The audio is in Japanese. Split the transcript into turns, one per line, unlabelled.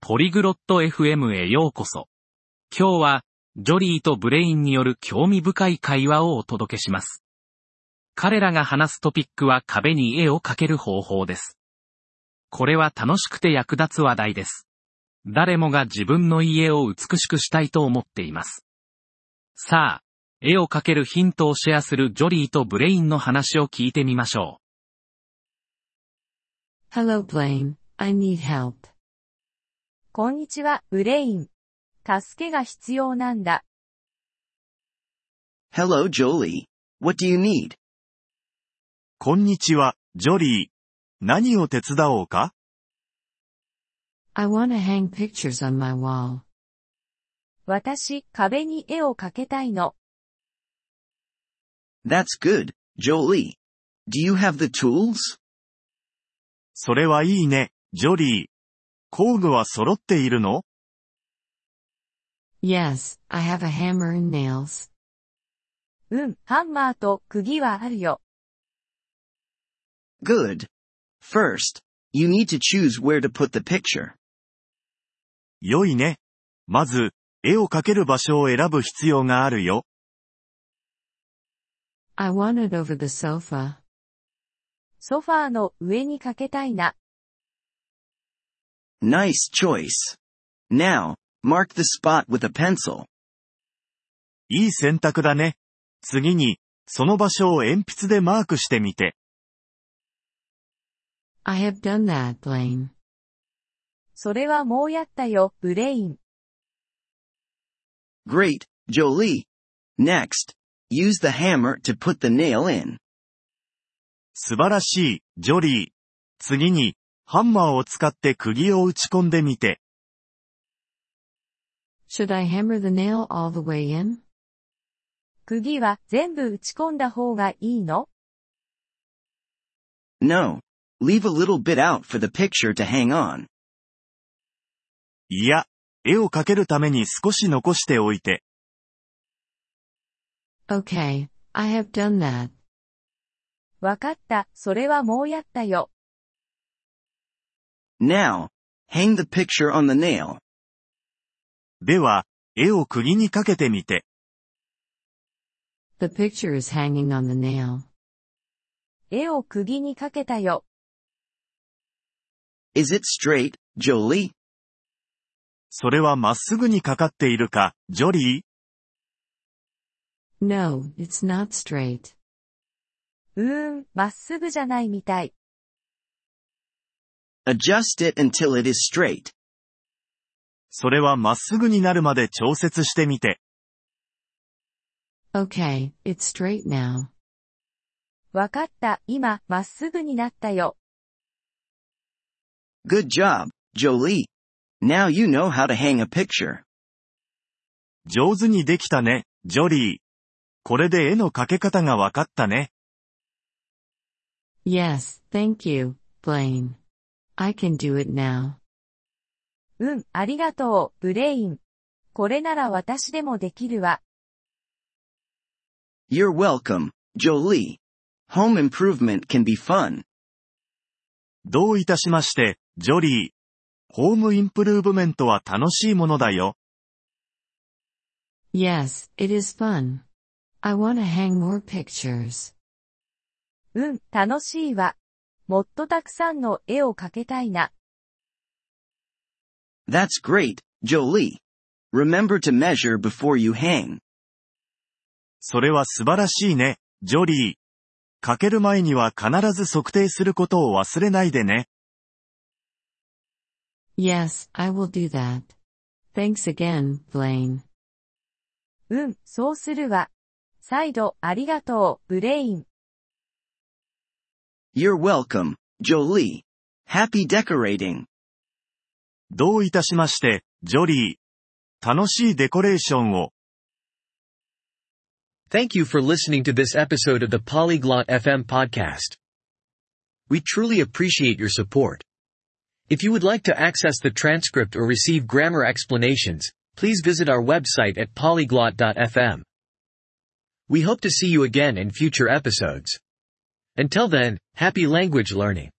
ポリグロット FM へようこそ。今日は、ジョリーとブレインによる興味深い会話をお届けします。彼らが話すトピックは壁に絵を描ける方法です。これは楽しくて役立つ話題です。誰もが自分の家を美しくしたいと思っています。さあ、絵を描けるヒントをシェアするジョリーとブレインの話を聞いてみましょう。
Hello, Blaine. I need help.
こんにちは、ブレイン。助けが必要なんだ。
Hello, Jolie. What do you need?
こんにちは、ジョリー。何を手伝おうか
I want to hang pictures on my wall.
私、壁に絵を描けたいの。
That's good, Jolie. Do you have the tools?
それはいいね、ジョリー。工具は揃っているの
Yes, I have a hammer and nails.
うん、ハンマーと釘はあるよ。
Good. First, you need to choose where to put the picture.
良いね。まず、絵を描ける場所を選ぶ必要があるよ。
I want it over the sofa.
ソファーの上に描けたいな。
Nice choice. Now, mark the spot with a pencil.
いい選択だね。次に、その場所を鉛筆でマークしてみて。
I have done that, Blaine.
それはもうやったよ、ブレイン。
Great, Jolie. Next, use the hammer to put the nail in.
素晴らしい、ジョリー。次に、ハンマーを使って釘を打ち込んでみて。
Should I hammer the nail all the way in?
釘は全部打ち込んだ方がいいの
No. Leave a little bit out for the picture to hang on.
いや、絵を描けるために少し残しておいて。
Okay, I have done that.
わかった、それはもうやったよ。
Now, hang the picture on the nail.
では、絵を釘にかけてみて。
The picture is hanging on the nail.
絵を釘に描けたよ。
Is it straight, Jolie?
それはまっすぐにかかっているか、ジョリー
No, it's not straight.
うーん、まっすぐじゃないみたい。
Adjust it until it is straight.
それはまっすぐになるまで調節してみて。
Okay, it's straight now.
わかった、今、まっすぐになったよ。
Good job, Jolie. Now you know how to hang a picture.
上手にできたね、ジョリー。これで絵の描け方がわかったね。
Yes, thank you, Blaine. I can do it now.
うん、ありがとう、ブレイン。これなら私でもできるわ。
You're welcome, Jolie. Home improvement can be fun.
どういたしまして、ジョリー。ホームインプルーブメントは楽しいものだよ。
Yes, it is fun. I want to hang more pictures.
うん、楽しいわ。もっとたくさんの絵を描けたいな。
That's great, Jolie. Remember to measure before you hang.
それは素晴らしいね、ジョリー。描ける前には必ず測定することを忘れないでね。
Yes, I will do that. Thanks again, Blaine.
うん、そうするわ。再度、ありがとう、ブレイン。
You're welcome, Jolie. Happy decorating.
どういたしまして、ジョリー。楽しいデコレーションを。
Thank you for listening to this episode of the Polyglot FM podcast. We truly appreciate your support. If you would like to access the transcript or receive grammar explanations, please visit our website at polyglot.fm. We hope to see you again in future episodes. Until then, happy language learning.